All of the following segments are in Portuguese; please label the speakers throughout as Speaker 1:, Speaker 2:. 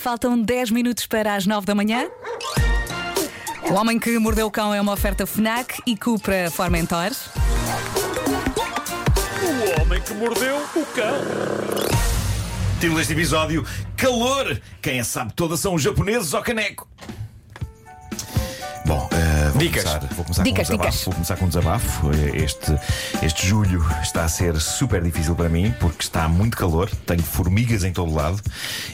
Speaker 1: Faltam 10 minutos para as 9 da manhã. O Homem que Mordeu o Cão é uma oferta FNAC e Cupra Formentor.
Speaker 2: O homem que mordeu o cão.
Speaker 3: Título deste episódio: Calor! Quem a sabe toda são os japoneses ao caneco. Bom, eh, vou
Speaker 2: Dicas.
Speaker 3: começar, vou começar
Speaker 1: Dicas,
Speaker 3: com um desabafo.
Speaker 1: dicas.
Speaker 3: Vou começar com um desabafo. Eh, Este, este julho está a ser super difícil para mim porque está muito calor, tenho formigas em todo lado,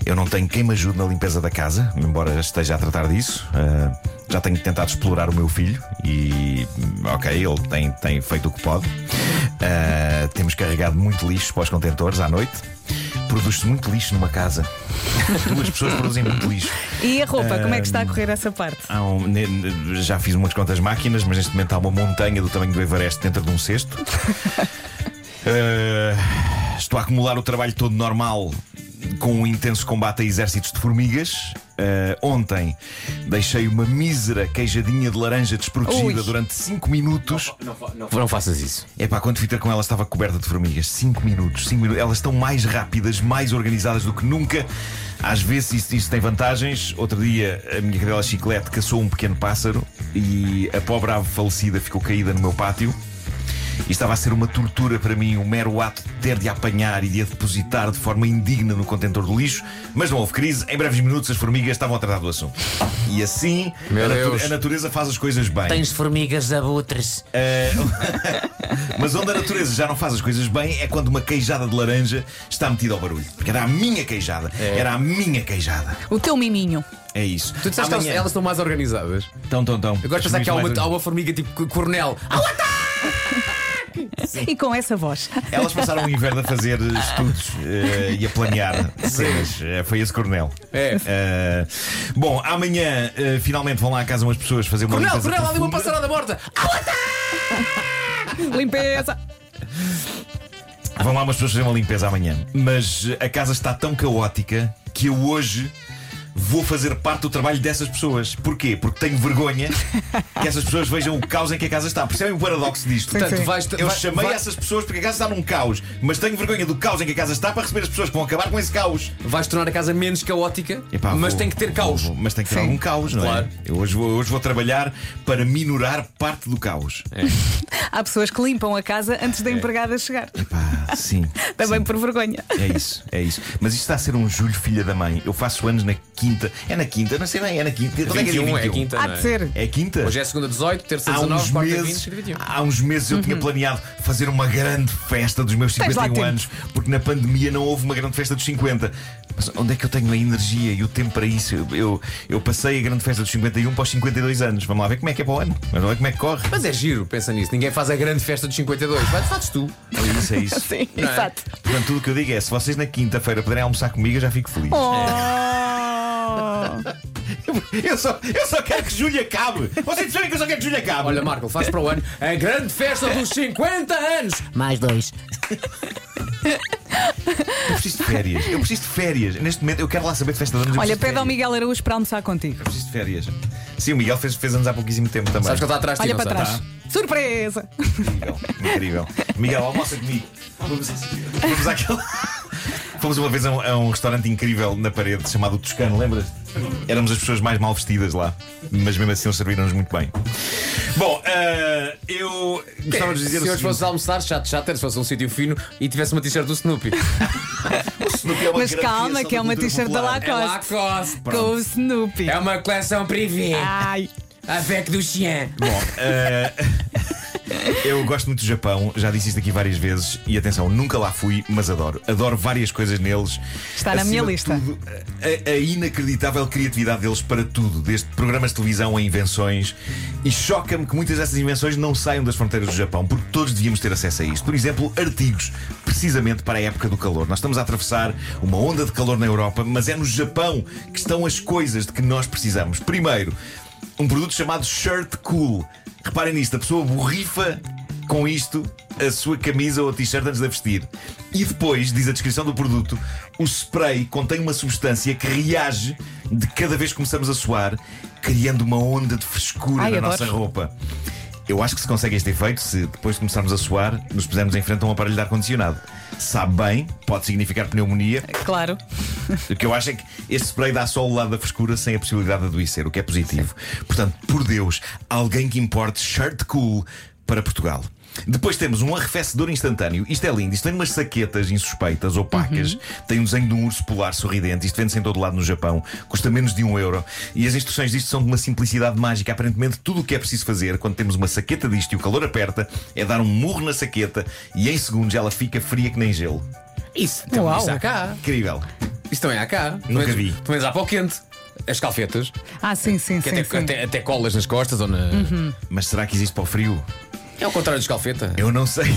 Speaker 3: eu não tenho quem me ajude na limpeza da casa, embora esteja a tratar disso. Eh, já tenho tentado explorar o meu filho e, ok, ele tem, tem feito o que pode. Eh, temos carregado muito lixo para os contentores à noite. Produz-se muito lixo numa casa. Duas pessoas produzem muito lixo.
Speaker 1: E a roupa, como é que está a correr essa parte?
Speaker 3: Há um- ne- ne- já fiz umas quantas máquinas, mas neste momento há uma montanha do tamanho do Everest dentro de um cesto. Eh, estou a acumular o trabalho todo normal com um intenso combate a exércitos de formigas. Eh, ontem deixei uma mísera queijadinha de laranja desprotegida
Speaker 1: Ui.
Speaker 3: durante 5 minutos.
Speaker 2: Não faças isso.
Speaker 3: É pá, quando fui ter com ela estava coberta de formigas. 5 minutos, 5 minutos. Elas estão mais rápidas, mais organizadas do que nunca. Às vezes isso, isso tem vantagens. Outro dia a minha cadela chiclete caçou um pequeno pássaro e a pobre ave falecida ficou caída no meu pátio. E estava a ser uma tortura para mim o mero ato de ter de a apanhar e de a depositar de forma indigna no contentor do lixo, mas não houve crise. Em breves minutos as formigas estavam a tratar do assunto. E assim
Speaker 4: Meu
Speaker 3: a, natu-
Speaker 4: Deus.
Speaker 3: a natureza faz as coisas bem.
Speaker 5: Tens formigas abutres.
Speaker 4: É.
Speaker 3: Mas onde a natureza já não faz as coisas bem é quando uma queijada de laranja está metida ao barulho. Porque era a minha queijada. Era a minha queijada.
Speaker 1: O teu miminho.
Speaker 3: É isso.
Speaker 4: É. Tu disseste que elas-
Speaker 3: Amanhã-
Speaker 4: elas estão mais organizadas.
Speaker 3: Tão, tão, tão.
Speaker 4: Eu gosto de pensar que há uma, há uma formiga tipo co- coronel. Ah,
Speaker 1: E com essa voz.
Speaker 3: Elas passaram o inverno a fazer estudos eh, e a planear cenas. Eh, Foi esse coronel.
Speaker 4: É.
Speaker 3: Eh, bom, amanhã eh, finalmente vão lá à casa umas pessoas fazer uma
Speaker 4: Coronel,
Speaker 3: limpeza
Speaker 4: coronel, ali uma
Speaker 3: profunda.
Speaker 4: passarada morta. Ah,
Speaker 1: Limpeza.
Speaker 3: Vão lá umas pessoas fazer uma limpeza amanhã. Mas eh, a casa está tão caótica que eu hoje vou fazer parte do trabalho dessas pessoas. Porquê? Porque tenho vergonha que essas pessoas vejam o caos em que a casa está. Percebem o paradoxo disto?
Speaker 4: Portanto, vais-
Speaker 3: eu
Speaker 4: vai-
Speaker 3: chamei
Speaker 4: vai-
Speaker 3: essas pessoas porque a casa está num caos, mas tenho vergonha do caos em que a casa está para receber as pessoas que vão acabar com esse caos.
Speaker 4: Vais tornar a casa menos caótica,
Speaker 3: Epá,
Speaker 4: mas
Speaker 3: vou-
Speaker 4: tem que ter
Speaker 3: vou-
Speaker 4: caos.
Speaker 3: vou- mas tem que ter
Speaker 1: Sim.
Speaker 3: algum caos, não
Speaker 4: Claro.
Speaker 3: é? Eu hoje vou, hoje vou trabalhar para minorar parte do caos.
Speaker 4: É.
Speaker 1: Há pessoas que limpam a casa antes da empregada chegar.
Speaker 3: Epá, sim.
Speaker 1: Também
Speaker 3: É. sim.
Speaker 1: por vergonha.
Speaker 3: É isso, é isso. Mas isto está a ser um julho, filha da mãe. Eu faço anos na quinta. É na quinta, não sei bem, é na quinta. Quando é que é dia
Speaker 4: 21 é
Speaker 3: 21?
Speaker 4: quinta.
Speaker 1: Há
Speaker 4: não é?
Speaker 1: de ser. um.
Speaker 3: É quinta?
Speaker 4: Hoje é segunda 18, terça
Speaker 3: Há
Speaker 4: 19,
Speaker 3: uns,
Speaker 4: quarta
Speaker 3: meses,
Speaker 4: 20, 21.
Speaker 3: há uns meses eu tinha
Speaker 4: Uhum.
Speaker 3: planeado fazer uma grande festa dos meus
Speaker 1: Tens lá
Speaker 3: 51
Speaker 1: tempo.
Speaker 3: anos, porque na pandemia não houve uma grande festa dos 50. Mas onde é que eu tenho a energia e o tempo para isso? Eu, eu, eu passei a grande festa dos 51 para os 52 anos. Vamos lá ver como é que é para o ano. Vamos lá ver como é que corre.
Speaker 4: Mas é giro, pensa nisso. Ninguém faz a grande festa dos 52. Vai, fazes tu.
Speaker 3: É isso, é isso.
Speaker 1: Sim, exato.
Speaker 3: Portanto, tudo o que eu digo é: se vocês na quinta-feira puderem almoçar comigo, eu já fico feliz.
Speaker 1: Oh!
Speaker 3: Eu só, eu só quero que julho acabe. Vocês percebem que eu só quero que julho acabe.
Speaker 4: Olha, Marco, faz para o ano a grande festa dos 50 anos.
Speaker 5: Mais dois.
Speaker 3: eu preciso de férias. Eu preciso de férias. Neste momento, eu quero lá saber de festa de anos. eu
Speaker 1: Olha,
Speaker 3: preciso de
Speaker 1: pede ao
Speaker 3: férias.
Speaker 1: Miguel Araújo para almoçar contigo.
Speaker 3: Eu preciso de férias. Sim, o Miguel fez, fez anos há pouquíssimo tempo também.
Speaker 4: Sabes que ele está atrás de ti,
Speaker 1: Olha
Speaker 4: não
Speaker 1: para
Speaker 4: sabes?
Speaker 1: trás. Surpresa!
Speaker 3: Incrível, incrível. Miguel, almoça comigo. Vamos, assim. vamos àquele. Fomos uma vez a um, a um restaurante incrível na parede chamado Toscano, lembras-te? Éramos as pessoas mais mal vestidas lá, mas mesmo assim eles serviram-nos muito bem. Bom, ah, eu gostava de dizer o
Speaker 4: se hoje
Speaker 3: seguinte:
Speaker 4: fosse almoçar, chato, chato, era se fosse um sítio fino e tivesse uma t-shirt do Snoopy.
Speaker 3: Snoopy é uma
Speaker 1: Mas
Speaker 3: grande
Speaker 1: calma,
Speaker 3: criação
Speaker 1: que é
Speaker 3: da
Speaker 1: uma
Speaker 3: cultura
Speaker 1: t-shirt da
Speaker 3: popular.
Speaker 4: É Lacoste.
Speaker 1: Com o Snoopy.
Speaker 4: É uma coleção privê.
Speaker 1: Ai!
Speaker 4: A VEC do Xian.
Speaker 3: Bom, eh, eu gosto muito do Japão, já disse isto aqui várias vezes e atenção, nunca lá fui, mas adoro. Adoro várias coisas neles.
Speaker 1: Está na
Speaker 3: Acima
Speaker 1: minha
Speaker 3: de
Speaker 1: lista.
Speaker 3: tudo, a, a inacreditável criatividade deles para tudo, desde programas de televisão a invenções. E choca-me que muitas dessas invenções não saiam das fronteiras do Japão, porque todos devíamos ter acesso a isto. Por exemplo, artigos, precisamente para a época do calor. Nós estamos a atravessar uma onda de calor na Europa, mas é no Japão que estão as coisas de que nós precisamos. Primeiro, um produto chamado Shirt Cool. Reparem nisto, a pessoa borrifa com isto a sua camisa ou a t-shirt antes de a vestir. E depois, diz a descrição do produto, o spray contém uma substância que reage de cada vez que começamos a suar, criando uma onda de frescura
Speaker 1: Ai,
Speaker 3: na
Speaker 1: adoro.
Speaker 3: nossa roupa. Eu acho que se consegue este efeito se depois de começarmos a suar, nos pusermos em frente a um aparelho de ar-condicionado. Sabe bem, pode significar pneumonia.
Speaker 1: Claro.
Speaker 3: O que eu acho é que este spray dá só o lado da frescura sem a possibilidade de adoecer, o que é positivo. Portanto, por Deus, alguém que importe shirt cool para Portugal. Depois temos um arrefecedor instantâneo. Isto é lindo. Isto tem umas saquetas insuspeitas, opacas. Tem um desenho de um urso polar sorridente. Isto vende-se em todo lado no Japão. Custa menos de um euro. E as instruções disto são de uma simplicidade mágica. Aparentemente, tudo o que é preciso fazer quando temos uma saqueta disto e o calor aperta é dar um murro na saqueta e em segundos ela fica fria que nem gelo.
Speaker 4: Isso, então,
Speaker 1: Uau.
Speaker 4: isso há cá.
Speaker 3: Incrível.
Speaker 4: Isso também há
Speaker 3: um é
Speaker 4: cá.
Speaker 3: Nunca
Speaker 4: Pelo menos-
Speaker 3: vi.
Speaker 4: Pelo menos há para o quente. As calfetas,
Speaker 1: Ah, sim, sim,
Speaker 4: que
Speaker 1: sim.
Speaker 4: até,
Speaker 1: sim.
Speaker 4: Até, até colas nas costas ou na.
Speaker 3: Mas será que existe para o frio?
Speaker 4: É o contrário de calfeta.
Speaker 3: Uhum. Eu não sei.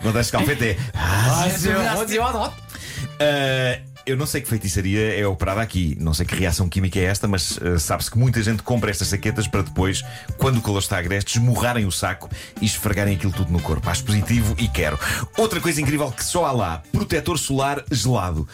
Speaker 3: Quando acho que calfeta é.
Speaker 4: Ah,
Speaker 3: "Ah, eu não sei que feitiçaria é operada aqui. Não sei que reação química é esta, mas ah, sabe-se que muita gente compra estas saquetas para depois, quando o calor está agreste, esmurrarem o saco e esfregarem aquilo tudo no corpo. Acho positivo e quero. Outra coisa incrível que só há lá: protetor solar gelado.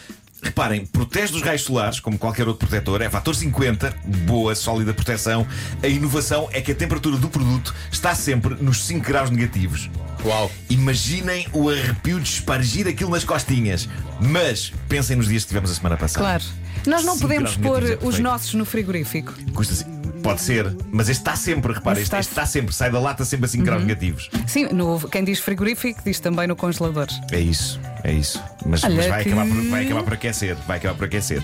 Speaker 3: Reparem, protege dos raios solares, como qualquer outro protetor, é fator 50, boa, sólida proteção. A inovação é que a temperatura do produto está sempre nos 5 graus negativos.
Speaker 4: Uau.
Speaker 3: Imaginem o arrepio de espargir aquilo nas costinhas. Mas pensem nos dias que tivemos a semana passada.
Speaker 1: Claro. Nós não
Speaker 3: Sim,
Speaker 1: podemos
Speaker 3: claramente,
Speaker 1: pôr
Speaker 3: é
Speaker 1: os
Speaker 3: perfeito.
Speaker 1: nossos no frigorífico.
Speaker 3: Custa -se. Pode ser, mas este está sempre,
Speaker 1: Mas
Speaker 3: reparem, este,
Speaker 1: está-
Speaker 3: este está Uhum. sempre, sai da lata sempre a 5 graus negativos.
Speaker 1: Sim, no- quem diz frigorífico diz também no congelador.
Speaker 3: É isso, é isso. Mas,
Speaker 1: Olha
Speaker 3: mas vai,
Speaker 1: que-
Speaker 3: acabar por, vai acabar por aquecer, vai acabar por aquecer.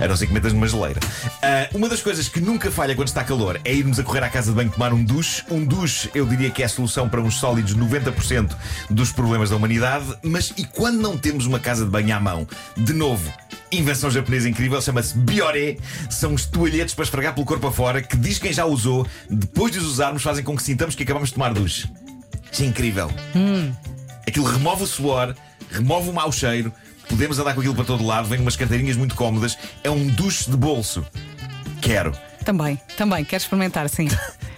Speaker 3: A não ser que metas numa geleira. Ah, uma das coisas que nunca falha quando está calor é irmos a correr à casa de banho tomar um duche. Um duche, eu diria que é a solução para uns sólidos 90% dos problemas da humanidade. Mas e quando não temos uma casa de banho à mão? De novo, Invenção japonesa incrível, chama-se Biore. São os toalhetes para esfregar pelo corpo afora que diz quem já usou, depois de os usarmos, fazem com que sintamos que acabamos de tomar duche. Isto é incrível. Aquilo remove o suor, remove o mau cheiro, podemos andar com aquilo para todo lado, vem umas canteirinhas muito cómodas, é um duche de bolso. Quero.
Speaker 1: Também, também, quero experimentar, sim.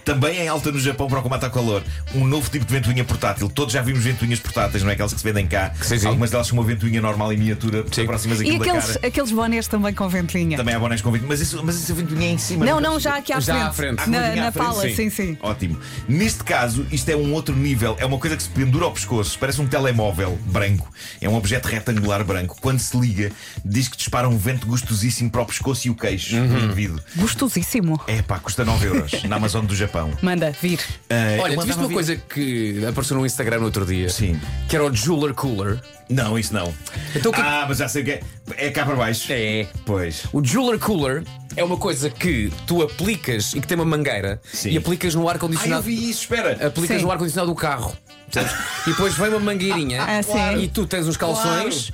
Speaker 3: Também em alta no Japão para o combate ao calor, um novo tipo de ventoinha portátil. Todos já vimos ventoinhas portáteis, não é aquelas que se vendem cá.
Speaker 4: Sim, sim.
Speaker 3: Algumas delas são uma ventoinha normal em miniatura,
Speaker 4: Sim.
Speaker 3: próximas
Speaker 1: E
Speaker 3: aquilo da
Speaker 1: aqueles, eh,
Speaker 3: cara.
Speaker 1: aqueles bonés também com ventoinha.
Speaker 3: Também há bonés com ventoinha, mas isso, mas isso é ventoinha em cima.
Speaker 1: Não,
Speaker 3: nunca
Speaker 1: não,
Speaker 3: percebi.
Speaker 1: já aqui à
Speaker 4: Já à
Speaker 1: frente.
Speaker 4: frente.
Speaker 1: Na,
Speaker 3: Ah,
Speaker 1: na
Speaker 3: à frente,
Speaker 1: pala, sim, sim.
Speaker 3: Ótimo. Neste caso, isto é um outro nível. É uma coisa que se pendura ao pescoço. Parece um telemóvel branco. É um objeto retangular branco. Quando se liga, diz que dispara um vento gostosíssimo para o pescoço e o queixo do
Speaker 4: Uhum.
Speaker 3: indivíduo.
Speaker 1: Gostosíssimo.
Speaker 3: É pá, custa 9 euros na Amazon do Japão.
Speaker 1: Manda, vir.
Speaker 3: Ah, eu
Speaker 4: Olha, tu viste
Speaker 3: andava a
Speaker 4: uma
Speaker 3: ver-
Speaker 4: coisa que apareceu no Instagram no outro dia?
Speaker 3: Sim.
Speaker 4: Que era o Jeweler Cooler.
Speaker 3: Não, isso não.
Speaker 4: Então o que-
Speaker 3: Ah, mas já sei o que é. É cá para baixo.
Speaker 4: É.
Speaker 3: Pois.
Speaker 4: O Jeweler Cooler é uma coisa que tu aplicas e que tem uma mangueira
Speaker 3: Sim.
Speaker 4: e aplicas no
Speaker 3: Ah, eu
Speaker 4: ar-condicionado.
Speaker 3: vi isso, espera.
Speaker 4: aplicas
Speaker 1: Sim.
Speaker 4: no ar-condicionado do carro. percebes? e depois vem uma mangueirinha
Speaker 1: Ah, sim.
Speaker 4: e tu tens uns calções.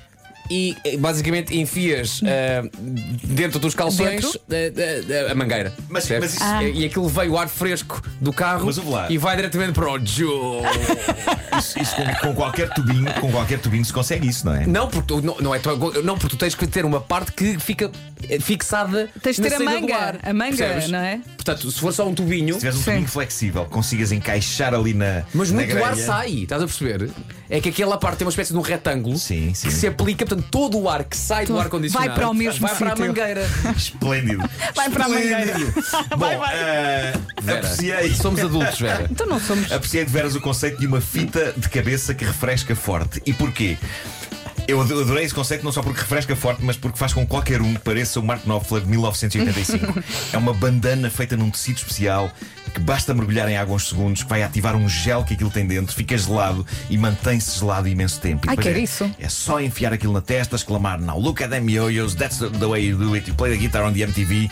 Speaker 4: E eh, basicamente enfias ah, dentro dos calções
Speaker 1: Hum. Dentro?
Speaker 4: ah, ah, a mangueira.
Speaker 3: Mas-
Speaker 4: percebes?
Speaker 3: mas isso-
Speaker 1: Ah.
Speaker 4: E aquilo veio o ar fresco do carro
Speaker 3: Mas ouve lá.
Speaker 4: e vai diretamente para o Joe.
Speaker 3: Isso, isso com, com qualquer tubinho, com qualquer tubinho se consegue isso, não é?
Speaker 4: Não porque, tu, não, não é, tu, não, porque tu tens que ter uma parte que fica eh, fixada.
Speaker 1: Tens de
Speaker 4: na
Speaker 1: ter a
Speaker 4: saída do
Speaker 1: manga,
Speaker 4: ar,
Speaker 1: a manga,
Speaker 4: percebes?
Speaker 1: não é?
Speaker 4: Portanto, se for só um tubinho,
Speaker 3: Se tiveres um
Speaker 1: Sim.
Speaker 3: tubinho flexível, consigas encaixar ali na.
Speaker 4: mas
Speaker 3: na
Speaker 4: muito ar
Speaker 3: grelha.
Speaker 4: sai, estás a perceber? É que aquela parte tem uma espécie de um retângulo
Speaker 3: Sim, sim.
Speaker 4: que se aplica, portanto, todo o ar que sai do
Speaker 1: Todo-
Speaker 4: ar condicionado
Speaker 1: vai para o mesmo
Speaker 4: vai para a
Speaker 1: sítio.
Speaker 4: mangueira.
Speaker 3: Esplêndido.
Speaker 1: Vai para a mangueira.
Speaker 3: Esplêndido. Bom, eh,
Speaker 4: Vera,
Speaker 3: apreciei.
Speaker 4: Somos adultos, Vera.
Speaker 1: Então não somos.
Speaker 3: Apreciei de veras o conceito de uma fita de cabeça que refresca forte. E porquê? Eu ado- adorei esse conceito não só porque refresca forte, mas porque faz com que qualquer um que pareça o Mark Knopfler de 1985. é uma bandana feita num tecido especial que basta mergulhar em água uns segundos, que vai ativar um gel que aquilo tem dentro, fica gelado e mantém-se gelado imenso tempo. E
Speaker 1: Ai,
Speaker 3: depois
Speaker 1: quero
Speaker 3: é-
Speaker 1: isso.
Speaker 3: É só enfiar aquilo na testa, exclamar Now look at them yo-yos, that's the- the way you do it You play the guitar on the MTV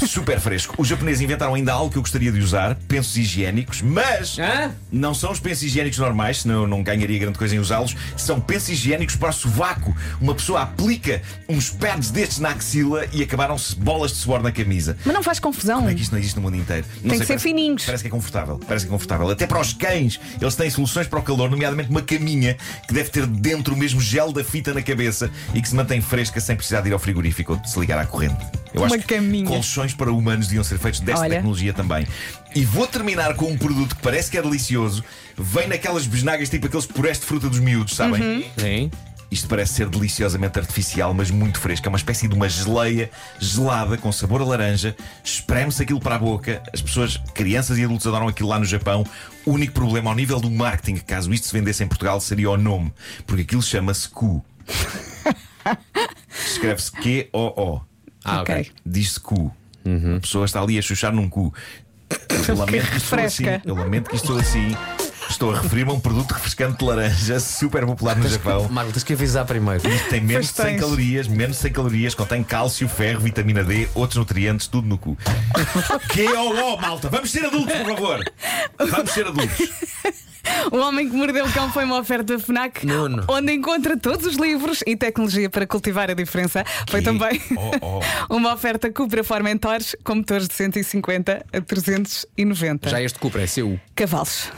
Speaker 3: Super fresco Os japoneses inventaram ainda algo que eu gostaria de usar Pensos higiênicos, mas
Speaker 4: Hã?
Speaker 3: Não são os pensos higiênicos normais Senão eu não ganharia grande coisa em usá-los São pensos higiênicos para sovaco Uma pessoa aplica uns pads destes na axila E acabaram-se bolas de suor na camisa
Speaker 1: Mas não faz confusão.
Speaker 3: como é que isto não existe no mundo inteiro?
Speaker 1: Tem
Speaker 3: Não
Speaker 1: que ser
Speaker 3: parece-
Speaker 1: fininhos.
Speaker 3: Parece que é confortável. Parece que é confortável. Até para os cães, eles têm soluções para o calor, nomeadamente uma caminha que deve ter dentro o mesmo gel da fita na cabeça e que se mantém fresca sem precisar de ir ao frigorífico ou de se ligar à corrente. Eu
Speaker 1: Uma
Speaker 3: acho
Speaker 1: caminha.
Speaker 3: que colchões para humanos deviam ser feitos desta
Speaker 1: Olha.
Speaker 3: tecnologia também. E vou terminar com um produto que
Speaker 1: Uhum.
Speaker 3: parece que é delicioso, vem naquelas besnagas tipo aqueles purés de fruta dos miúdos, sabem?
Speaker 4: Sim.
Speaker 3: Isto parece ser deliciosamente artificial, mas muito fresco. É uma espécie de uma geleia gelada com sabor a laranja. Espreme-se aquilo para a boca. As pessoas, crianças e adultos, adoram aquilo lá no Japão. O único problema ao nível do marketing, caso isto se vendesse em Portugal, seria o nome, porque aquilo chama-se Ku. Escreve-se Q-O-O.
Speaker 4: Ah, ok.
Speaker 3: Diz-se cu. A pessoa está ali a chuchar num cu. Eu lamento que estou assim.
Speaker 1: refresca.
Speaker 3: Eu lamento que estou assim. Estou a referir-me a um produto refrescante de laranja super popular no Japão.
Speaker 4: Marco, tens que avisar primeiro.
Speaker 3: Tem menos de
Speaker 1: Pois
Speaker 3: 100
Speaker 1: tens.
Speaker 3: calorias, menos de 100 calorias, contém cálcio, ferro, vitamina D, outros nutrientes, tudo no cu. Que oh, malta, vamos ser adultos, por favor. Vamos ser adultos.
Speaker 1: O Homem que Mordeu o Cão foi uma oferta FNAC,
Speaker 4: Nuno.
Speaker 1: onde encontra todos os livros e tecnologia para cultivar a diferença. Foi
Speaker 3: Que
Speaker 1: também
Speaker 3: ó,
Speaker 1: uma oferta Cupra Formentores com motores de 150 a 390
Speaker 4: Já este Cupra é seu.
Speaker 1: cavalos.